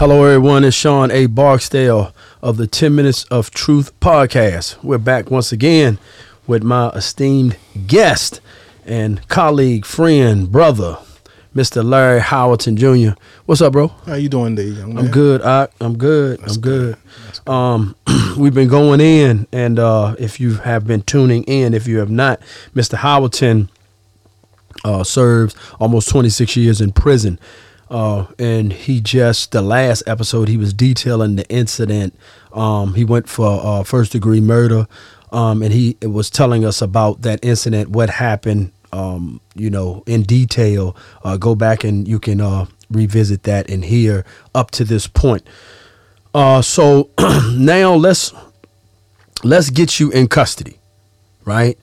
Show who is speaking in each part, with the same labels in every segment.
Speaker 1: Hello, everyone. It's Sean A. Barksdale of the 10 Minutes of Truth podcast. We're back once again with my esteemed guest and colleague, friend, brother, Mr. Larry Howerton Jr. What's up, bro?
Speaker 2: How you doing today, young man?
Speaker 1: I'm good. I, I'm good. I'm good. Um, we've been going in, and uh, if you have been tuning in, if you have not, Mr. Howerton uh, serves almost 26 years in prison. Uh, and he just the last episode he was detailing the incident. Um, he went for uh, first degree murder, um, and he was telling us about that incident, what happened, um, you know, in detail. Uh, go back and you can uh, revisit that and hear up to this point. Uh, so now let's let's get you in custody, right?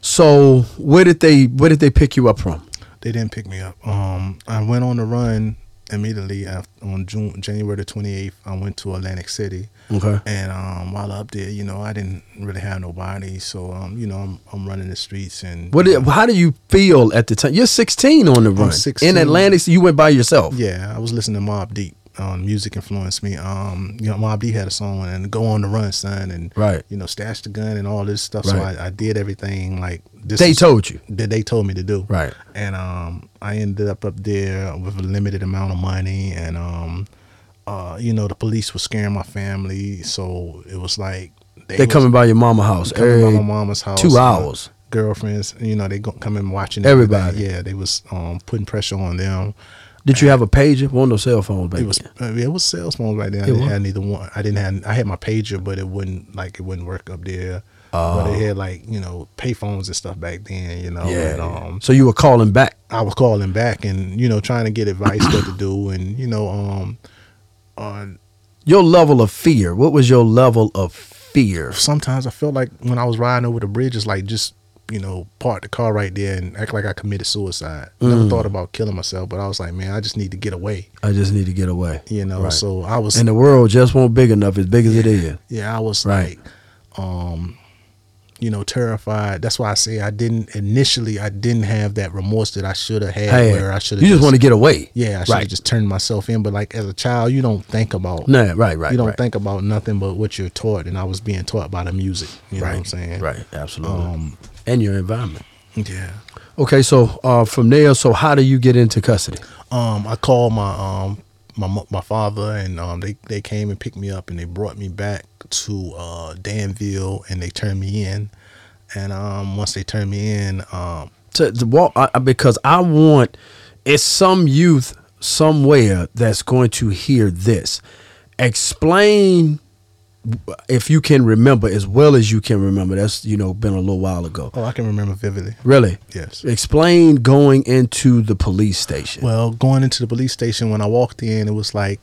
Speaker 1: So where did they where did they pick you up from?
Speaker 2: They didn't pick me up. Um, I went on the run immediately after, on June, January the 28th. I went to Atlantic City,
Speaker 1: Okay.
Speaker 2: and um, while up there, you know, I didn't really have nobody, so um, you know, I'm I'm running the streets and
Speaker 1: What? Did, how do you feel at the time? You're 16 on the run
Speaker 2: 16.
Speaker 1: in Atlantic. City, You went by yourself.
Speaker 2: Yeah, I was listening to Mob Deep. Um, music influenced me. Um, you know, Mob Deep had a song and "Go on the Run, Son," and
Speaker 1: Right.
Speaker 2: you know, stash the gun and all this stuff.
Speaker 1: Right.
Speaker 2: So I, I did everything like this
Speaker 1: They
Speaker 2: is-
Speaker 1: told you.
Speaker 2: that they told me to do.
Speaker 1: Right.
Speaker 2: And um, I ended up up there with a limited amount of money, and um, uh, you know, the police were scaring my family, so it was like
Speaker 1: They
Speaker 2: was
Speaker 1: coming by your mama house
Speaker 2: coming by
Speaker 1: every
Speaker 2: my mama's house,
Speaker 1: two
Speaker 2: my
Speaker 1: hours.
Speaker 2: Girlfriends, you know, they go, come and watching
Speaker 1: Everybody.
Speaker 2: everything. Yeah, they was um putting pressure on them.
Speaker 1: Did you have a pager? One of those cell phones, baby.
Speaker 2: It was uh, it was cell phones right there. I
Speaker 1: It
Speaker 2: didn't
Speaker 1: was.
Speaker 2: have neither one. I didn't have I had my pager, but it wouldn't like it wouldn't work up there. But it had like you know pay phones and stuff back then. You know,
Speaker 1: Oh. yeah.
Speaker 2: and, um,
Speaker 1: so you were calling back.
Speaker 2: I was calling back and you know trying to get advice what to do and you know um uh,
Speaker 1: Your level of fear. What was your level of fear?
Speaker 2: sometimes I felt like when I was riding over the bridge it's like just you know park the car right there and act like I committed suicide.
Speaker 1: Mm.
Speaker 2: Never thought about killing myself, but I was like, man, I just need to get away.
Speaker 1: I just need to get away.
Speaker 2: You know,
Speaker 1: Right.
Speaker 2: so I was
Speaker 1: And the world just won't big enough. As big as it is.
Speaker 2: yeah, I was
Speaker 1: Right.
Speaker 2: like um you know terrified. That's why I say I didn't initially I didn't have that remorse that I should have had
Speaker 1: Hey,
Speaker 2: where I should have
Speaker 1: you just want to get away.
Speaker 2: yeah, I should have
Speaker 1: Right.
Speaker 2: just turned myself in, but like as a child, you don't think about
Speaker 1: Nah, right. Right.
Speaker 2: you don't
Speaker 1: right.
Speaker 2: think about nothing but what you're taught, and I was being taught by the music. You
Speaker 1: Right.
Speaker 2: know what I'm saying?
Speaker 1: Right. Absolutely.
Speaker 2: Um.
Speaker 1: and your environment.
Speaker 2: Yeah.
Speaker 1: Okay, so uh, from there, so how do you get into custody?
Speaker 2: Um. I called my um my mo- my father, and um they they came and picked me up, and they brought me back to uh Danville, and they turned me in, and um once they turned me in, um
Speaker 1: To, to walk, I, I- because I want it's some youth somewhere that's going to hear this. Explain if you can remember as well as you can remember. That's you know been a little while ago.
Speaker 2: oh I can remember vividly.
Speaker 1: Really,
Speaker 2: Yes.
Speaker 1: explain going into the police station.
Speaker 2: Well, going into the police station when I walked in, it was like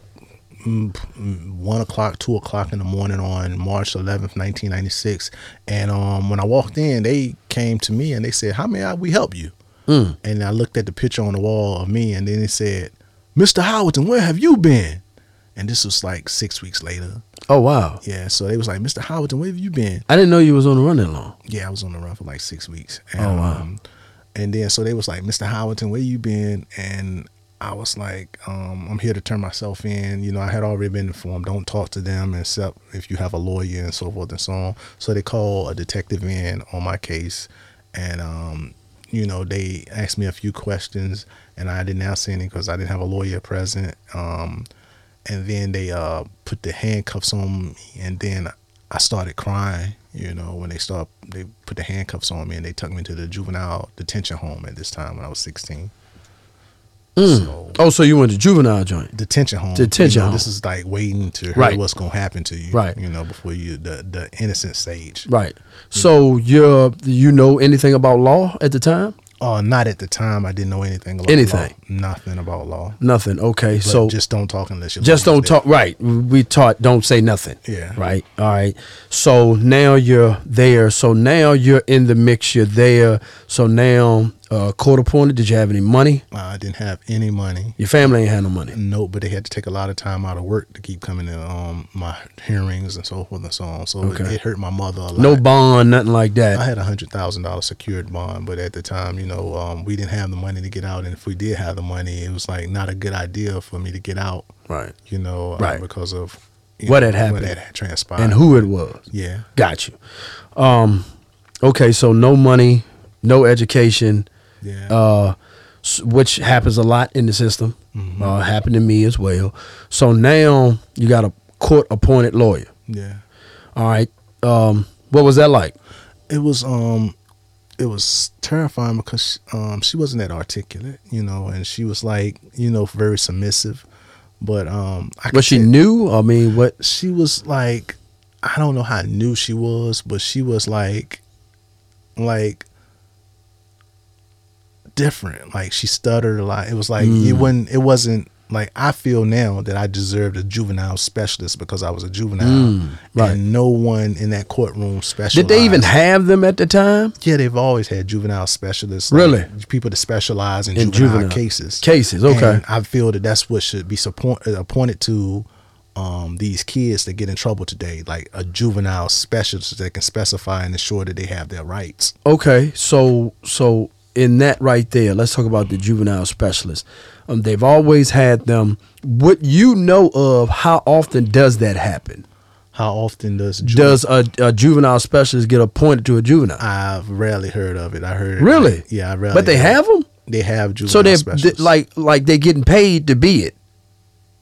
Speaker 2: mm, mm, one o'clock, two o'clock in the morning on March 11th, 1996. And um, when I walked in, they came to me and they said, "How may I we help you?" Mm. And I looked at the picture on the wall of me, and then they said, "Mr. Howardson, where have you been?" And this was like six weeks later.
Speaker 1: oh wow,
Speaker 2: Yeah, so they was like, "Mr. Howardson, where have you been?"
Speaker 1: I didn't know you was on the run that long.
Speaker 2: yeah, I was on the run for like six weeks. And,
Speaker 1: Oh, wow.
Speaker 2: Um, and then so they was like, Mr. Howardton, where you been? And I was like, um, I'm here to turn myself in. You know, I had already been informed. Don't talk to them except if you have a lawyer and so forth and so on. So they called a detective in on my case, and um, you know, they asked me a few questions, and I didn't answer any because I didn't have a lawyer present. Um, and then they uh put the handcuffs on me and then i started crying you know when they start they put the handcuffs on me and they took me to the juvenile detention home at this time when i was 16 so
Speaker 1: Oh, so you went to juvenile joint.
Speaker 2: detention home
Speaker 1: Detention
Speaker 2: you know,
Speaker 1: home.
Speaker 2: this is like waiting to hear
Speaker 1: Right.
Speaker 2: what's going to happen to you
Speaker 1: Right.
Speaker 2: you know before you the the innocent stage
Speaker 1: Right. So you're you know anything about law at the time?
Speaker 2: uh not at the time i didn't know anything about
Speaker 1: Anything.
Speaker 2: law, nothing about law
Speaker 1: Nothing. Okay.
Speaker 2: But
Speaker 1: so
Speaker 2: just don't talk unless you
Speaker 1: Just don't talk. Right. We taught don't say nothing.
Speaker 2: Yeah.
Speaker 1: Right. All right. So now you're there. So now you're in the mix. You're there. So now uh, uh, court appointed? Did you have any money?
Speaker 2: Uh, I didn't have any money.
Speaker 1: Your family ain't had no money.
Speaker 2: No, but they had to take a lot of time out of work to keep coming to um, my hearings and so forth and so on. So it,
Speaker 1: Okay.
Speaker 2: it hurt my mother a lot.
Speaker 1: No bond, nothing like that.
Speaker 2: I had a hundred thousand dollar secured bond, but at the time, you know, um, we didn't have the money to get out, and if we did have the money, it was like not a good idea for me to get out,
Speaker 1: right.
Speaker 2: you know, uh,
Speaker 1: Right.
Speaker 2: because of you
Speaker 1: What had happened.
Speaker 2: what had transpired,
Speaker 1: And who it was.
Speaker 2: yeah,
Speaker 1: Got you. Um, okay, so no money, no education,
Speaker 2: yeah,
Speaker 1: uh, s- which happens a lot in the system.
Speaker 2: Mm-hmm.
Speaker 1: Uh, happened to me as well. So now you got a court appointed lawyer.
Speaker 2: yeah.
Speaker 1: All right. Um, what was that like?
Speaker 2: It was um, it was terrifying because um, she wasn't that articulate, you know, and she was like, you know, very submissive, but um, I could
Speaker 1: Was she
Speaker 2: tell-
Speaker 1: new? I mean, what?
Speaker 2: she was like I don't know how new she was, but she was like like different. Like she stuttered a lot. It was like
Speaker 1: Mm.
Speaker 2: it wasn't it wasn't like I feel now that I deserved a juvenile specialist because I was a juvenile.
Speaker 1: Mm, right.
Speaker 2: And no one in that courtroom specialized.
Speaker 1: Did they even have them at the time?
Speaker 2: Yeah, they've always had juvenile specialists.
Speaker 1: Really?
Speaker 2: like, people that specialize in,
Speaker 1: In
Speaker 2: juvenile,
Speaker 1: juvenile.
Speaker 2: cases.
Speaker 1: Cases, okay.
Speaker 2: And I feel that that's what should be support, uh, appointed to um, these kids that get in trouble today, like a juvenile specialist that can specify and ensure that they have their rights.
Speaker 1: Okay, so so in that right there, let's talk about the juvenile specialist. Um, they've always had them. What you know of? How often does that happen?
Speaker 2: How often does
Speaker 1: Does a, a juvenile specialist get appointed to a juvenile?
Speaker 2: I've rarely heard of it. I heard
Speaker 1: Really?
Speaker 2: yeah, I rarely.
Speaker 1: but they
Speaker 2: heard-
Speaker 1: have them.
Speaker 2: They have juvenile
Speaker 1: So they're
Speaker 2: specialists.
Speaker 1: th- like like they're getting paid to be it.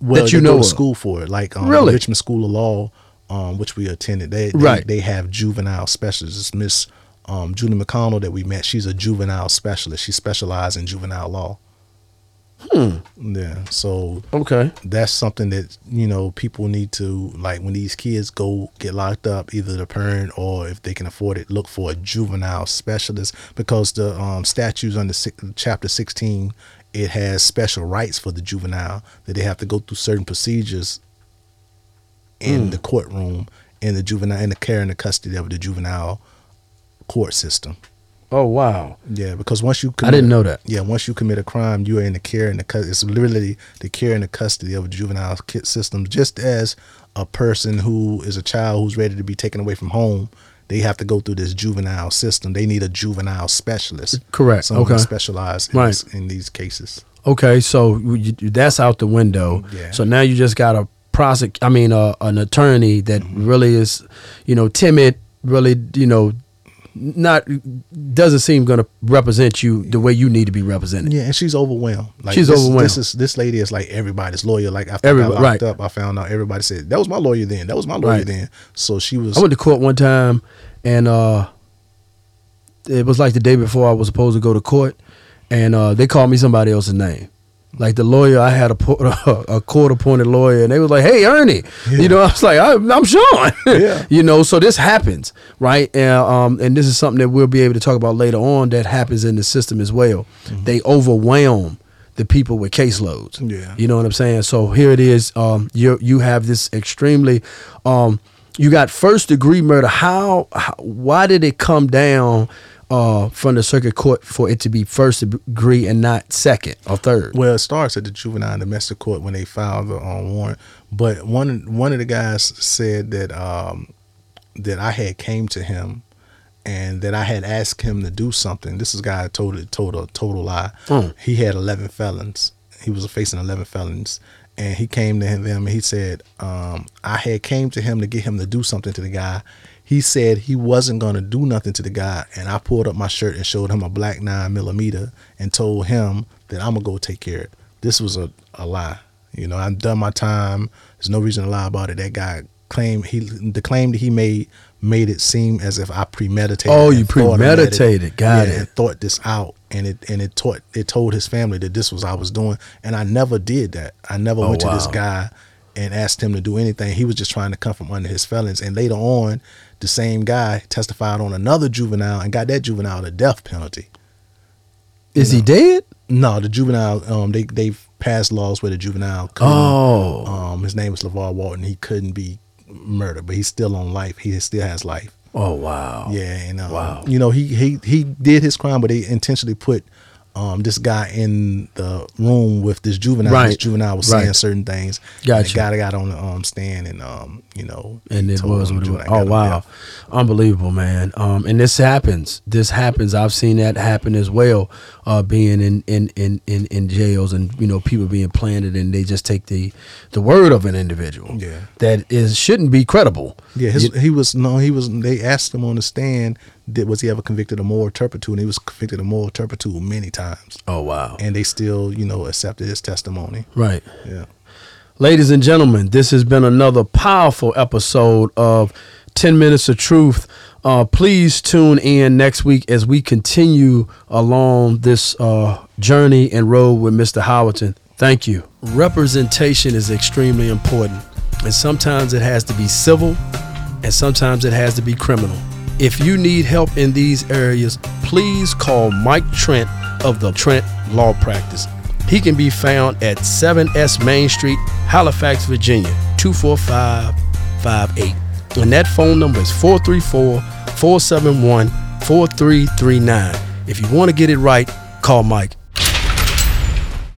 Speaker 2: well,
Speaker 1: that you
Speaker 2: they
Speaker 1: know
Speaker 2: go
Speaker 1: of.
Speaker 2: to school for it, like um,
Speaker 1: Really?
Speaker 2: Richmond School of Law, um, which we attended. They, they
Speaker 1: Right.
Speaker 2: They have juvenile specialists. Miss um, Julie McConnell that we met, she's a juvenile specialist. She specializes in juvenile law. Hmm. Yeah. So
Speaker 1: Okay.
Speaker 2: that's something that you know people need to like when these kids go get locked up either the parent or if they can afford it look for a juvenile specialist because the um, statutes under si- chapter 16 it has special rights for the juvenile that they have to go through certain procedures
Speaker 1: Hmm.
Speaker 2: in the courtroom in the juvenile in the care and the custody of the juvenile court system
Speaker 1: Oh wow.
Speaker 2: yeah, because once you
Speaker 1: I didn't know that.
Speaker 2: Yeah, once you commit a crime, you are in the care and the cus- it's literally the care and the custody of a juvenile ki- system. Just as a person who is a child who's ready to be taken away from home, they have to go through this juvenile system. They need a juvenile specialist.
Speaker 1: Correct,
Speaker 2: Someone who
Speaker 1: okay.
Speaker 2: specializes in,
Speaker 1: Right.
Speaker 2: this- in these cases.
Speaker 1: Okay. So you, you- that's out the window.
Speaker 2: Yeah.
Speaker 1: So now you just got a prosec. I mean, uh, an attorney that really is, you know, timid. Really, you know, not doesn't seem going to represent you the way you need to be represented.
Speaker 2: Yeah, and she's overwhelmed. Like
Speaker 1: She's
Speaker 2: this,
Speaker 1: overwhelmed.
Speaker 2: This is this lady is like everybody's lawyer. Like after I
Speaker 1: Everybody-
Speaker 2: got locked
Speaker 1: right.
Speaker 2: up, I found out everybody said that was my lawyer then. That was my lawyer
Speaker 1: Right.
Speaker 2: then. So she was.
Speaker 1: I went to court one time, and uh, it was like the day before I was supposed to go to court, and uh, they called me somebody else's name. Like the lawyer, I had a, po- a court appointed lawyer, and they was like, "Hey, Ernie," you know. I was like, "I'm, I'm Sean,"
Speaker 2: Yeah.
Speaker 1: you know. So this happens, right? And um, and this is something that we'll be able to talk about later on. That happens in the system as well.
Speaker 2: Mm-hmm.
Speaker 1: They overwhelm the people with caseloads.
Speaker 2: Yeah.
Speaker 1: You know what I'm saying? So here it is. Um, you you have this extremely, um, you got first degree murder. How, how why did it come down uh, from the circuit court for it to be first degree and not second or third?
Speaker 2: Well, it starts at the juvenile and domestic court when they file the um, warrant. But one one of the guys said that um, that I had came to him and that I had asked him to do something. This is a guy totally total total lie.
Speaker 1: Hmm.
Speaker 2: He had eleven felons. He was facing eleven felons, and he came to him them, and he said um, I had came to him to get him to do something to the guy. He said he wasn't gonna do nothing to the guy, and I pulled up my shirt and showed him a black nine millimeter and told him that I'm gonna go take care of it. This was a, a lie. You know, I've done my time. There's no reason to lie about it. That guy claimed he the claim that he made made it seem as if I premeditated.
Speaker 1: Oh,
Speaker 2: and
Speaker 1: you
Speaker 2: thought about it.
Speaker 1: premeditated. Got it.
Speaker 2: And thought this out, and it and it taught it told his family that this was I was doing, and I never did that. I never
Speaker 1: Oh,
Speaker 2: went to this
Speaker 1: wow.
Speaker 2: guy and asked him to do anything. He was just trying to come from under his felons. And later on, the same guy testified on another juvenile and got that juvenile the death penalty.
Speaker 1: Is he dead?
Speaker 2: No, the juvenile um they they passed laws where the juvenile couldn't-
Speaker 1: Oh,
Speaker 2: um, his name was LeVar Walton. He couldn't be murdered, but he's still on life. He still has life.
Speaker 1: Oh wow.
Speaker 2: Yeah, and um,
Speaker 1: Wow.
Speaker 2: you know he he he did his crime, but they intentionally put um, this guy in the room with this juvenile. This
Speaker 1: Right.
Speaker 2: juvenile was saying
Speaker 1: Right.
Speaker 2: certain things. And the
Speaker 1: Gotcha.
Speaker 2: guy got on the um, stand, and um, you know,
Speaker 1: and
Speaker 2: he
Speaker 1: it
Speaker 2: told
Speaker 1: was
Speaker 2: him
Speaker 1: what it was.
Speaker 2: juvenile got
Speaker 1: Oh
Speaker 2: him
Speaker 1: wow,
Speaker 2: death.
Speaker 1: unbelievable, man. Um, and this happens. This happens. I've seen that happen as well. Uh, being in in, in, in in jails and you know people being planted and they just take the the word of an individual.
Speaker 2: Yeah.
Speaker 1: that is shouldn't be credible.
Speaker 2: Yeah, his,
Speaker 1: You-
Speaker 2: he was no, he was. They asked him on the stand, did was he ever convicted of moral turpitude? And he was convicted of moral turpitude many times,
Speaker 1: oh wow.
Speaker 2: and they still, you know, accepted his testimony.
Speaker 1: right.
Speaker 2: Yeah.
Speaker 1: Ladies and gentlemen, this has been another powerful episode of 10 Minutes of Truth. Uh, please tune in next week as we continue along this uh, journey and road with Mr. Howerton. Thank you. Representation is extremely important, and sometimes it has to be civil, and sometimes it has to be criminal. If you need help in these areas, please call Mike Trent of the Trent Law Practice. He can be found at 7S Main Street, Halifax, Virginia, 24558. And that phone number is 434 471 4339. If you want to get it right, call Mike.